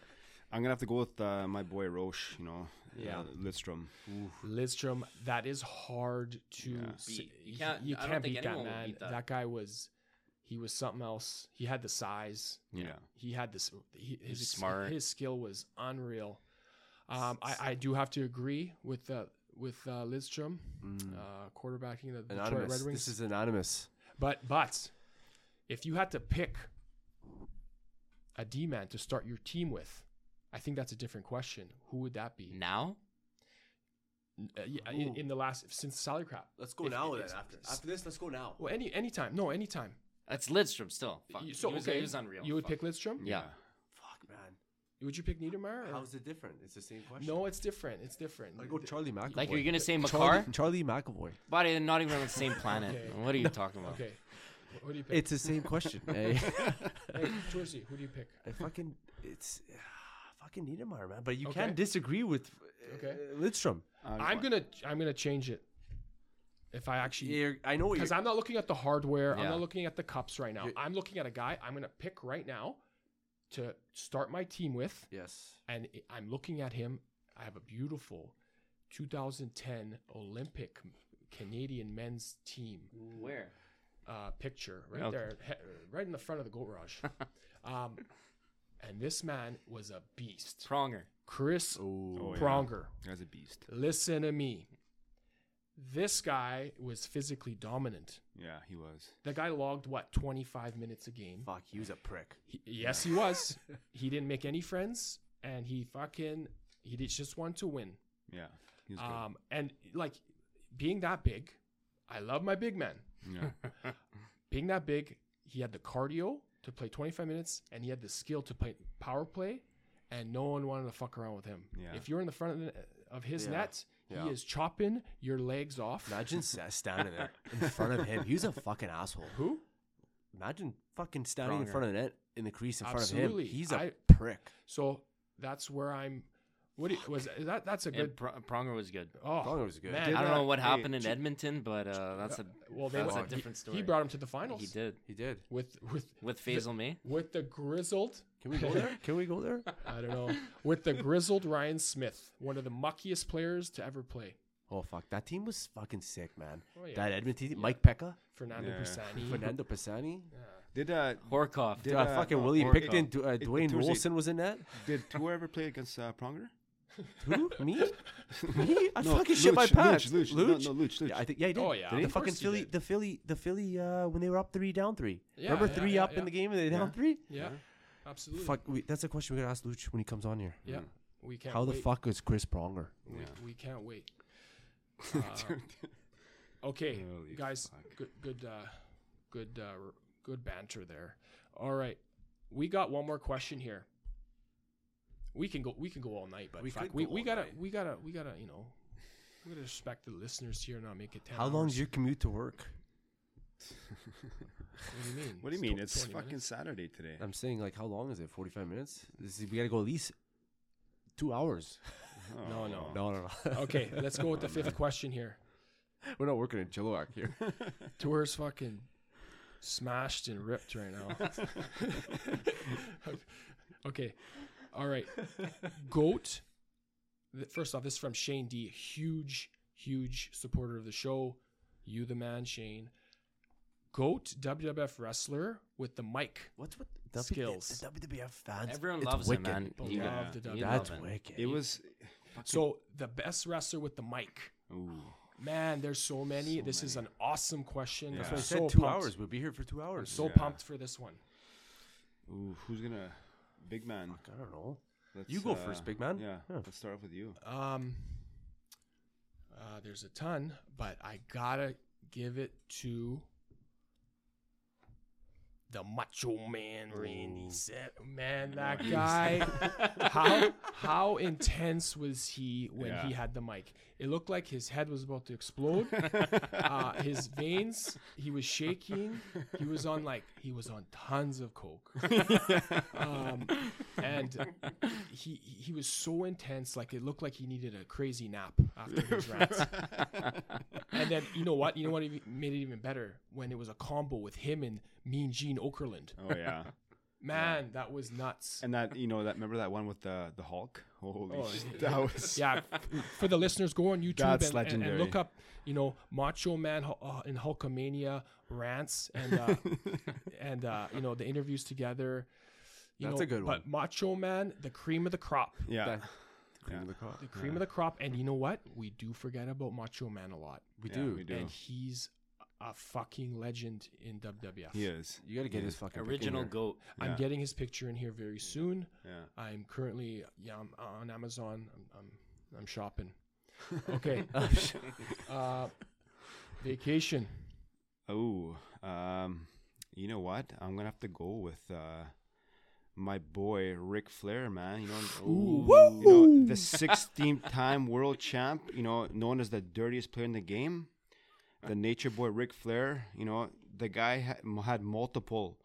I'm gonna have to go with uh, my boy Roche. You know,
Yeah.
uh, Lidstrom.
Lidstrom, that is hard to
Yeah.
s-
Beat. You
You
can't-
can't,
I don't think
beat that
anyone will
man.
beat that.
that. guy was, he was something else. He had the size.
Yeah.
He had this. He, his ex-
smart.
His skill was unreal. Um, I, I do have to agree with uh, with uh, Lidstrom, uh, quarterbacking the Detroit
Mm. Anonymous.
Red Wings.
This is anonymous.
but but if you had to pick a D man to start your team with, I think that's a different question. Who would that be?
now,
Uh, yeah, in, in the last since the salary cap.
Let's go
If-
now.
if-
Then after after this, let's go now.
Well, any anytime. No, anytime.
that's Lidstrom still. Fuck.
You- so
he was,
okay,
he was unreal.
You would
Fuck.
pick Lidstrom.
Yeah.
Fuck man,
Would you pick Niedermeyer? or-
how's it different? It's the same question.
No, it's different. It's different.
I go Charlie McAvoy.
Like you're gonna say
Charlie,
McCarr,
Charlie McAvoy.
but they're not even on the same planet.
Okay.
What are you talking about?
Okay. Wh- Who do you pick?
It's the same question. eh?
hey, Tourzy, who do you pick?
I fucking it's ah, fucking Niedermeyer, man. But you
Okay.
can't disagree with uh,
Okay.
Lidstrom.
I'm gonna I'm gonna change it. If I actually
You're- I know what
because
you're.
I'm not looking at the hardware, I'm
Yeah.
not looking at the cups right now.
You-
I'm looking at a guy I'm gonna pick right now to start my team with,
Yes.
and I- I'm looking at him. I have a beautiful 2010 Olympic Canadian men's team.
Where?
uh, picture right
Okay.
there, he- right in the front of the garage. um, and this man was a beast,
Pronger.
Chris
Oh, yeah.
Pronger.
As a beast.
Listen to me. This guy was physically dominant.
Yeah, he was.
The guy logged what 25 minutes a game.
Fuck, he was a prick.
He, yes, he was. he didn't make any friends, and he fucking he did, just wanted to win.
Yeah, he was
Um, and like being that big, I love my big man.
good. Yeah.
Being that big, he had the cardio to play 25 minutes, and he had the skill to play power play, and no one wanted to fuck around with him.
Yeah.
If you're in the front of, the, of his
Yeah.
net,
Yeah.
he is chopping your legs off.
Imagine Seth standing there in front of him. He was a fucking asshole.
Who?
Imagine fucking standing in
Pronger.
front of the net in the crease in front
Absolutely.
of him. He's a
I-
prick.
So that's where I'm. What do you, was is that? That's a
And
good.
Pro- Pronger was good.
Oh,
Pronger was good.
man,
Did
I don't
that-
know what
hey,
happened in
Ch-
Edmonton, but uh, that's a
well, they
that's a
won.
different story.
He brought him to the finals.
He did
He did.
with with
with Faisal May.
with the grizzled.
Can we go there? Can we go there?
I don't know. With the grizzled Ryan Smith, one of the muckiest players to ever play.
Oh fuck, that team was fucking sick, man.
Oh, yeah.
That Edmonton, team, Mike Pekka,
Fernando
Yeah.
Brissani.
Fernando Pisani,
Did uh,
Horkoff.
did
uh,
uh,
fucking
uh,
Willie
or-
Picton, Du- uh,
it-
Dwayne
Tuesday-
Wilson was in that.
Did Tour ever play against uh, Pronger?
Who? Me? Me? I fucking shit my pants.
Luch, Luch, No, no, Luch, Luch.
Yeah, I think yeah, he did.
Oh, yeah,
the
of
fucking
course he
Philly,
did.
the Philly, the Philly. Uh, when they were up three, down three.
Yeah,
Remember
yeah,
three
yeah,
up in
yeah.
the game and they down
Yeah.
three.
Yeah, absolutely.
Fuck, we, that's a question we gotta ask Luch when he comes on here.
Yeah, we can't.
How the
wait.
fuck is Chris Pronger?
We,
Hmm. Yeah.
we can't wait. Okay,
Holy
guys.
fuck.
Good, good, uh, good, uh, r- good banter there. All right, we got one more question here. We can go. We can go all night, but
We
we
could
fuck, we,
go
we
all
gotta,
night.
we gotta, we gotta, you know, we gotta respect the listeners here, and not make it ten.
How long's
hours.
your commute to work?
What do you mean?
What do
It's
you mean?
tw-
It's
20
fucking
minutes.
Saturday today.
I'm saying like how long is it? Forty five minutes? This is, we gotta go at least two hours.
No,
Oh.
no.
No, no, no.
okay, let's go with the fifth question here.
We're not working in Chilliwack here.
Tour's fucking smashed and ripped right now. okay. All right. Goat. Th- First off, this is from Shane D. Huge, huge supporter of the show. You the man, Shane. Goat WWF wrestler with the mic.
What's with
Skills.
The WWF fans.
Everyone
it's
loves
wicked.
him, man.
People
You-
love the
you
W.
love
That's
him.
wicked.
It was.
So the best wrestler with the mic.
Ooh.
Man, there's so many.
So
this is an
many.
awesome question.
That's
I'm
what I
I said
so
two
pumped.
hours. We'll be here for two hours.
So
Yeah.
pumped for this one.
Ooh. Who's gonna? Big man.
Fuck, I don't know.
Let's, uh,
You go first, big man.
Yeah.
Yeah.
Let's start off with you.
Um, uh, there's a ton, but I gotta give it to the Macho Man Randy. Sa- Man, that guy. how how intense was he when he
Yeah.
had the mic? It looked like his head was about to explode. uh, his veins, he was shaking. He was on like he was on tons of coke. um, and he he was so intense, like it looked like he needed a crazy nap after his rant. and then you know what? You know what even made it even better when it was a combo with him and Mean Gene Okerlund.
Oh yeah.
Man, that was nuts.
And that you know that remember that one with the the Hulk. Holy
Oh,
shit. That was.
yeah, for the listeners, go on YouTube
That's
and, and- and
legendary.
look up, you know, Macho Man Hu- uh, and Hulkamania rants and uh, and uh, you know the interviews together. You
That's
know,
a good
But Macho Man, the cream of the crop,
Yeah.
That- Cream of the crop.
the cream of the crop, and you know what? We do forget about Macho Man a lot,
We
Yeah,
do.
we do.
and he's a fucking legend in WWF.
He is.
You gotta get his fucking pick in
Original
here.
goat.
I'm
Yeah.
getting his picture in here very soon.
Yeah.
I'm currently yeah, I'm uh, on Amazon. I'm I'm, I'm shopping. Okay. uh, vacation.
Oh, um, you know what? I'm gonna have to go with uh, my boy Ric Flair, man. You know, you know, the 16th time world champ. You know, known as the dirtiest player in the game, the Nature Boy Ric Flair. You know, the guy ha- m- had multiple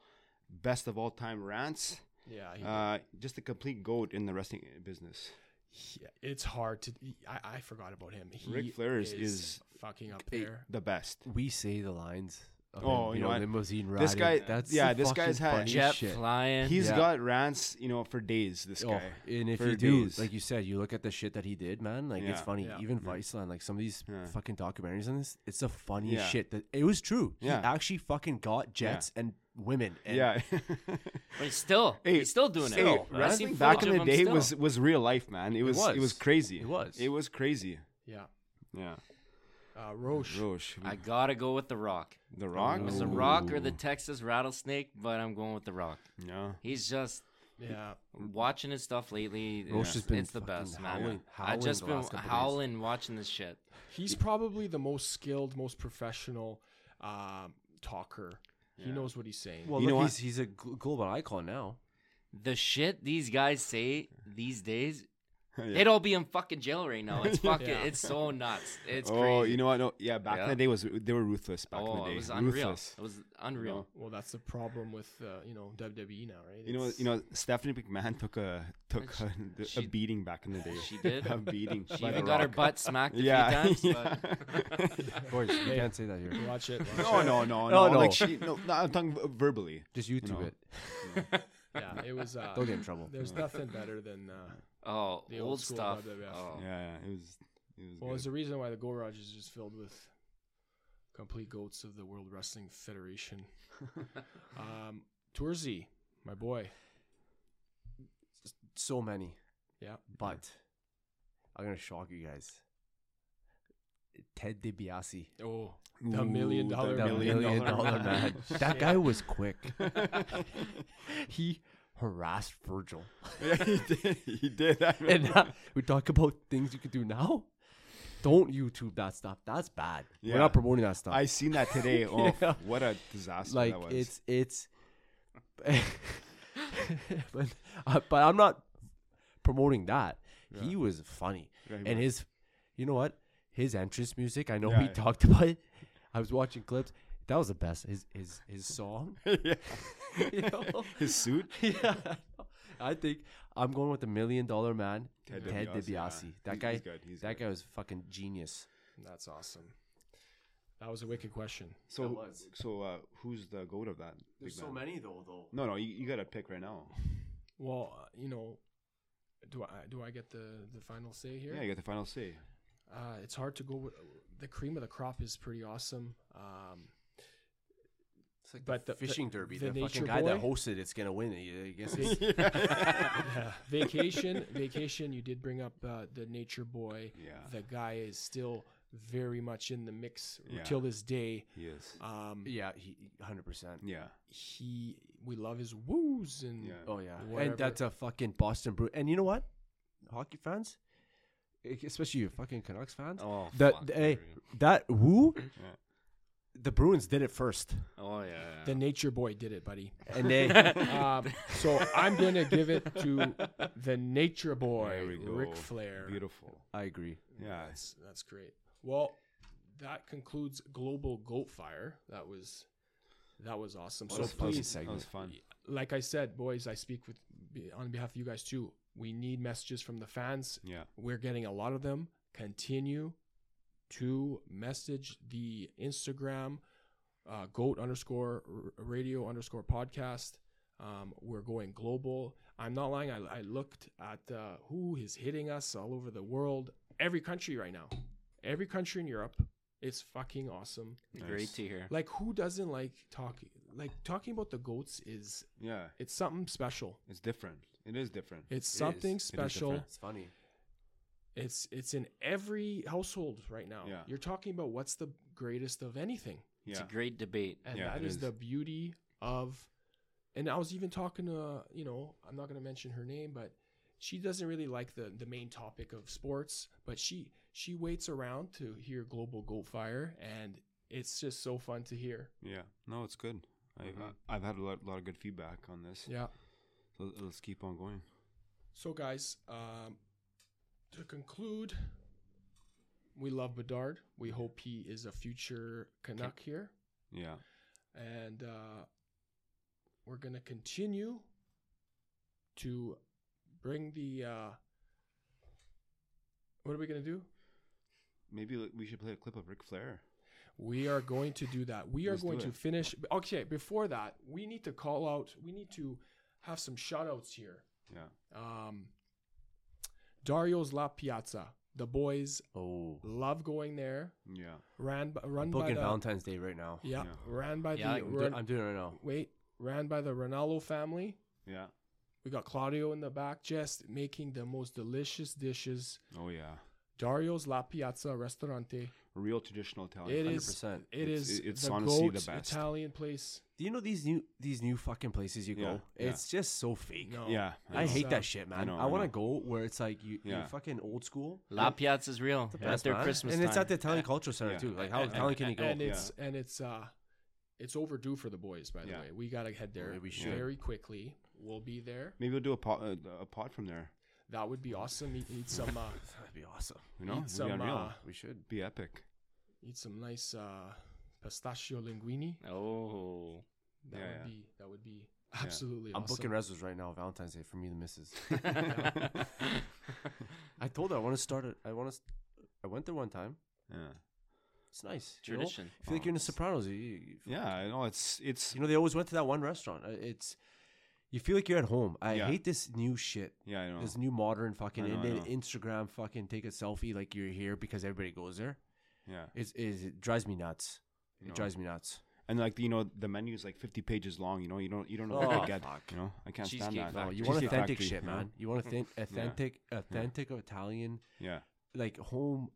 best of all time rants.
Yeah, he-
Uh, just a complete goat in the wrestling business.
he- it's hard to. I, I forgot about him. He
Ric Flair is- is
fucking up there.
The best.
We say the lines of
Oh,
him,
you know what?
limousine riding.
This guy-
that's
yeah,
the
this guy's
fucking
had-
funny
Jet
shit.
flying.
He's
Yeah.
got rants, you know, for days. This
Oh,
guy.
and if
for
you do,
days.
like you said, you look at the shit that he did, man. Like it's
Yeah.
funny.
Yeah.
Even Viceland, like some of these
Yeah.
fucking documentaries on this, it's the funniest
Yeah.
shit. That it was true.
Yeah.
He actually fucking got jets and women. And
yeah.
But he's still,
Hey,
he's still doing
still,
it. Oh, I see
Wrestling back
footage
in the
of him
day
still.
was was real life, man. It was it
was.
was, crazy.
It was.
It was crazy.
Yeah.
Yeah.
Uh, Roche.
Roche.
I gotta go with the Rock.
the Rock.
It was the Rock or the Texas Rattlesnake, but I'm going with the Rock.
Yeah.
He's just
Yeah.
watching his stuff lately.
Roche
it's,
has been
it's the
fucking
best, man.
howling-
I
howling
just
the
been
last couple days.
howling watching this shit.
He's probably the most skilled, most professional um, talker. He knows what he's saying.
Well,
You know
look,
what?
he's he's a gl- global icon now.
The shit these guys say these days,
Yeah.
they'd all be in fucking jail right now. It's fucking,
Yeah.
it's so nuts. It's
oh,
crazy.
you know what? No, yeah, back in
Yeah.
the day was they were ruthless back in
oh,
the day.
it was unreal.
Ruthless.
It was unreal.
well, that's the problem with uh, you know WWE now, right?
You know,
It's-
you know, Stephanie McMahon took a took a,
she-
a beating back in the day.
She did.
a beating.
She
by
even
The
got her
Rock.
butt smacked a
Yeah.
few times.
yeah.
But
Boys, you
Hey.
can't say that here.
Watch it. watch
no,
it.
no,
Oh,
no,
No,
no,
no.
Like she, no, no, I'm talking verbally.
Just YouTube
know.
it.
Yeah, it was. Uh,
Don't get in trouble.
There's nothing better than. Uh,
oh,
The
old,
old school
stuff.
WWF.
Oh.
Yeah, it was. It was
well,
good.
there's a reason why the garage is just filled with complete goats of the World Wrestling Federation. um, Tourzy, my boy.
So many,
Yeah.
but I'm gonna shock you guys. Ted DiBiase.
Oh, the
Ooh,
million
the
dollar
The
man.
million, dollar, man. That guy was quick. he harassed Virgil.
yeah, he did. He did. I
And
remember.
uh, we talk about things you could do now. Don't YouTube that stuff. That's bad. We're
Yeah.
not promoting that stuff.
I seen that today. Oh, f-
Yeah.
what a disaster
like
that was.
it's it's. but, uh, but I'm not promoting that. He was funny,
Yeah, he
and
was.
his, you know what, his entrance music. I know
Yeah,
we
yeah.
talked about it. I was watching clips. That was the best. His his his song.
Yeah.
you know?
his suit.
yeah, I think I'm going with the million dollar man, Ted,
Ted
DiBiase.
DiBiase, yeah.
That
He's-
guy,
he's good, he's
that
good.
guy was fucking genius.
That's awesome. That was a wicked question.
So,
was.
so uh, who's the goat of that? big man?
many though, though.
No, no, you, you got to pick right now.
Well, uh, you know, do I do I get the the final say here?
Yeah, you got the final say.
Uh, it's hard to go with the cream of the crop is pretty awesome. Um,
It's like
But
the,
the-
fishing
the-
derby.
the
The,
nature
fucking guy that
boy?
hosted it's gonna win. I guess he's
yeah. Vacation, vacation. You did bring up uh, the Nature Boy.
Yeah.
the guy is still very much in the mix
Yeah.
till this day.
He is.
Um,
yeah, he hundred percent.
Yeah.
he, we love his woos and
Yeah.
Oh yeah,
Whatever.
and that's a fucking Boston Brew. And you know what, hockey fans, e- especially you fucking Canucks fans,
Oh,
that
fuck.
hey, that woo,
Yeah.
the Bruins did it first,
Oh yeah. yeah.
the Nature Boy did it, buddy.
and they
um, so I'm going to give it to the Nature Boy,
There we go.
Ric Flair.
Beautiful.
I agree.
Yeah.
That's that's great. Well, that concludes Global Goat Fire. That was that was awesome. so
was a fun
please,
that was fun.
like I said, boys, I speak with be- on behalf of you guys too. We need messages from the fans.
Yeah.
We're getting a lot of them. Continue to message the Instagram uh, goat underscore r- radio underscore podcast. Um, we're going global. I'm not lying. I, I looked at uh, who is hitting us all over the world, every country right now, every country in Europe. It's fucking awesome.
Great to hear.
Like who doesn't like talking? Like talking about the goats is
Yeah.
it's something special.
It's different. It is different.
It's something
It is
special.
different.
It's funny.
It's it's in every household right now.
Yeah.
You're talking about what's the greatest of anything.
It's
Yeah.
a great debate.
And
Yeah,
that
it
is,
is.
the beauty of and I was even talking to you know, I'm not gonna mention her name, but she doesn't really like the the main topic of sports, but she she waits around to hear global goat fire and it's just so fun to hear.
Yeah. No, it's good. I've,
Mhm.
I've had a lot, lot of good feedback on this.
Yeah.
So let's keep on going.
So, guys, um, to conclude, we love Bedard. We hope he is a future Canuck here,
Yeah.
and uh, we're going to continue to bring the. Uh, what are we going to do?
Maybe like, we should play a clip of Ric Flair.
We are going to do that. We are
Let's do
going
it.
to finish. Okay, before that, we need to call out. We need to have some shout outs here.
Yeah.
Um, Dario's La Piazza. The boys
Oh,
love going there.
Yeah.
Ran, b- run by
uh,
booking
the
Valentine's Day right now.
Yeah,
Yeah.
ran by
Yeah,
the
I
I'm, do-
Ron-
I'm doing it right now.
wait, ran by the Ronaldo family.
Yeah.
We got Claudio in the back, just making the most delicious dishes.
Oh yeah.
Dario's La Piazza Restaurante.
Real traditional
Oh,
Italian.
It is.
100%.
It
It's-
is.
it- it's
the
honestly
goat
the best.
Italian place.
Do you know these new these new fucking places you
Yeah,
go?
yeah.
It's just so fake.
No. uh,
Yeah.
I
know.
hate
So-
that shit, man. I,
know, I
want to go
know.
where it's like you,
Yeah.
you're fucking old school.
La Piazza's real.
The
at
best,
their
man.
Christmas
and it's
time.
at the Italian Cultural Center
Yeah.
too. Like how
And-
Italian can you go?
And it's and it's uh, it's overdue for the boys. By the
Yeah.
way, we gotta head there
Well, we should.
very quickly. We'll be there.
Maybe we'll do a pot, uh, a pod from there.
That would be awesome. Eat, eat some. Uh,
That'd be awesome.
You know,
eat
it'd be
some.
unreal.
Uh,
We should.
be epic.
eat some nice uh, pistachio linguini.
Oh.
That
Yeah,
would
yeah.
be. That would be absolutely.
I'm
awesome.
booking reservations right now. Valentine's Day for me, and the missus. I told her I want to start. A, I want to. I went there one time.
Yeah.
It's nice. you know?
Tradition. Oh,
I feel like you're in the Sopranos. You, you, you feel-
Yeah. I know. It's it's.
You know they always went to that one restaurant. Uh, It's you feel like you're at home. I
Yeah.
hate this new shit.
Yeah. I know.
This new modern fucking
Oh. I know, I
Indian
know.
Instagram fucking take a selfie like you're here because everybody goes there.
Yeah.
It's, it's, it drives me nuts. It
No.
drives me nuts.
And like you know, the menu is like 50 pages long. You know, you don't you don't know what
Oh,
to get.
fuck.
You know, I can't stand
Cheesecake
that.
Factory.
No, you
Cheesecake
want
Cheesecake
authentic
Factory,
shit,
you know?
man. You want authentic, authentic, authentic Italian
Yeah.
like home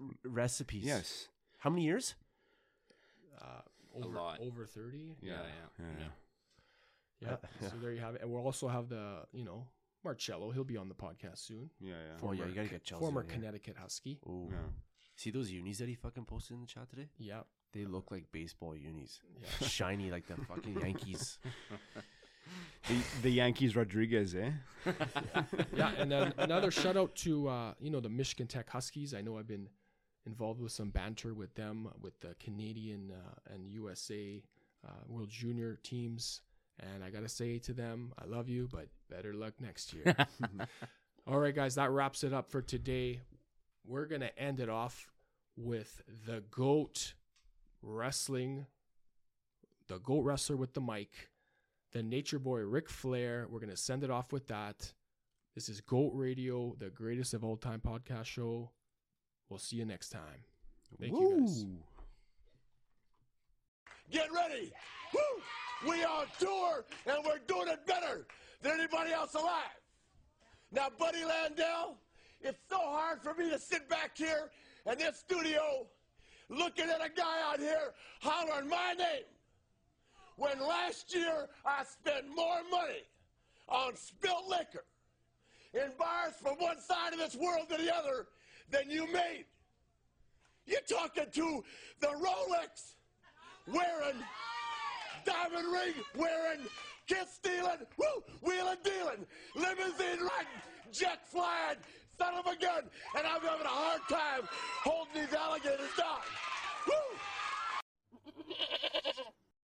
r- recipes.
Yes.
How many years?
uh, over,
lot.
over 30.
Yeah.
yeah,
Yeah.
yeah.
Yeah. Uh, so there you have it. And we'll also have the, you know, Marcello. He'll be on the podcast soon.
Yeah. yeah.
Oh yeah, you gotta
K-
get Chelsea.
Former
on here.
Connecticut Husky.
Ooh.
Yeah.
See those unis that he fucking posted in the chat today?
Yeah.
They look like baseball unis,
Yeah.
shiny like the fucking Yankees.
The, the Yankees Rodriguez, eh?
yeah. And then another shout out to, uh, you know, the Michigan Tech Huskies. I know I've been involved with some banter with them, with the Canadian uh, and USA uh, World Junior teams. And I got to say to them, I love you, but better luck next year. All right, guys, that wraps it up for today. We're going to end it off with the GOAT wrestling, the GOAT wrestler with the mic, the nature boy Ric Flair. We're going to send it off with that. This is GOAT Radio, the greatest of all time podcast show. We'll see you next time. Thank you, guys.
Woo.
Get ready. Woo! We are on tour and we're doing it better than anybody else alive. Now, Buddy Landell, it's so hard for me to sit back here in this studio looking at a guy out here hollering my name when last year I spent more money on spilt liquor in bars from one side of this world to the other than you made. You're talking to the Rolex wearing, diamond ring wearing, kiss stealing, woo, wheeling dealing, limousine riding, jet flying, son of a gun, and I'm having a hard time holding these alligators down.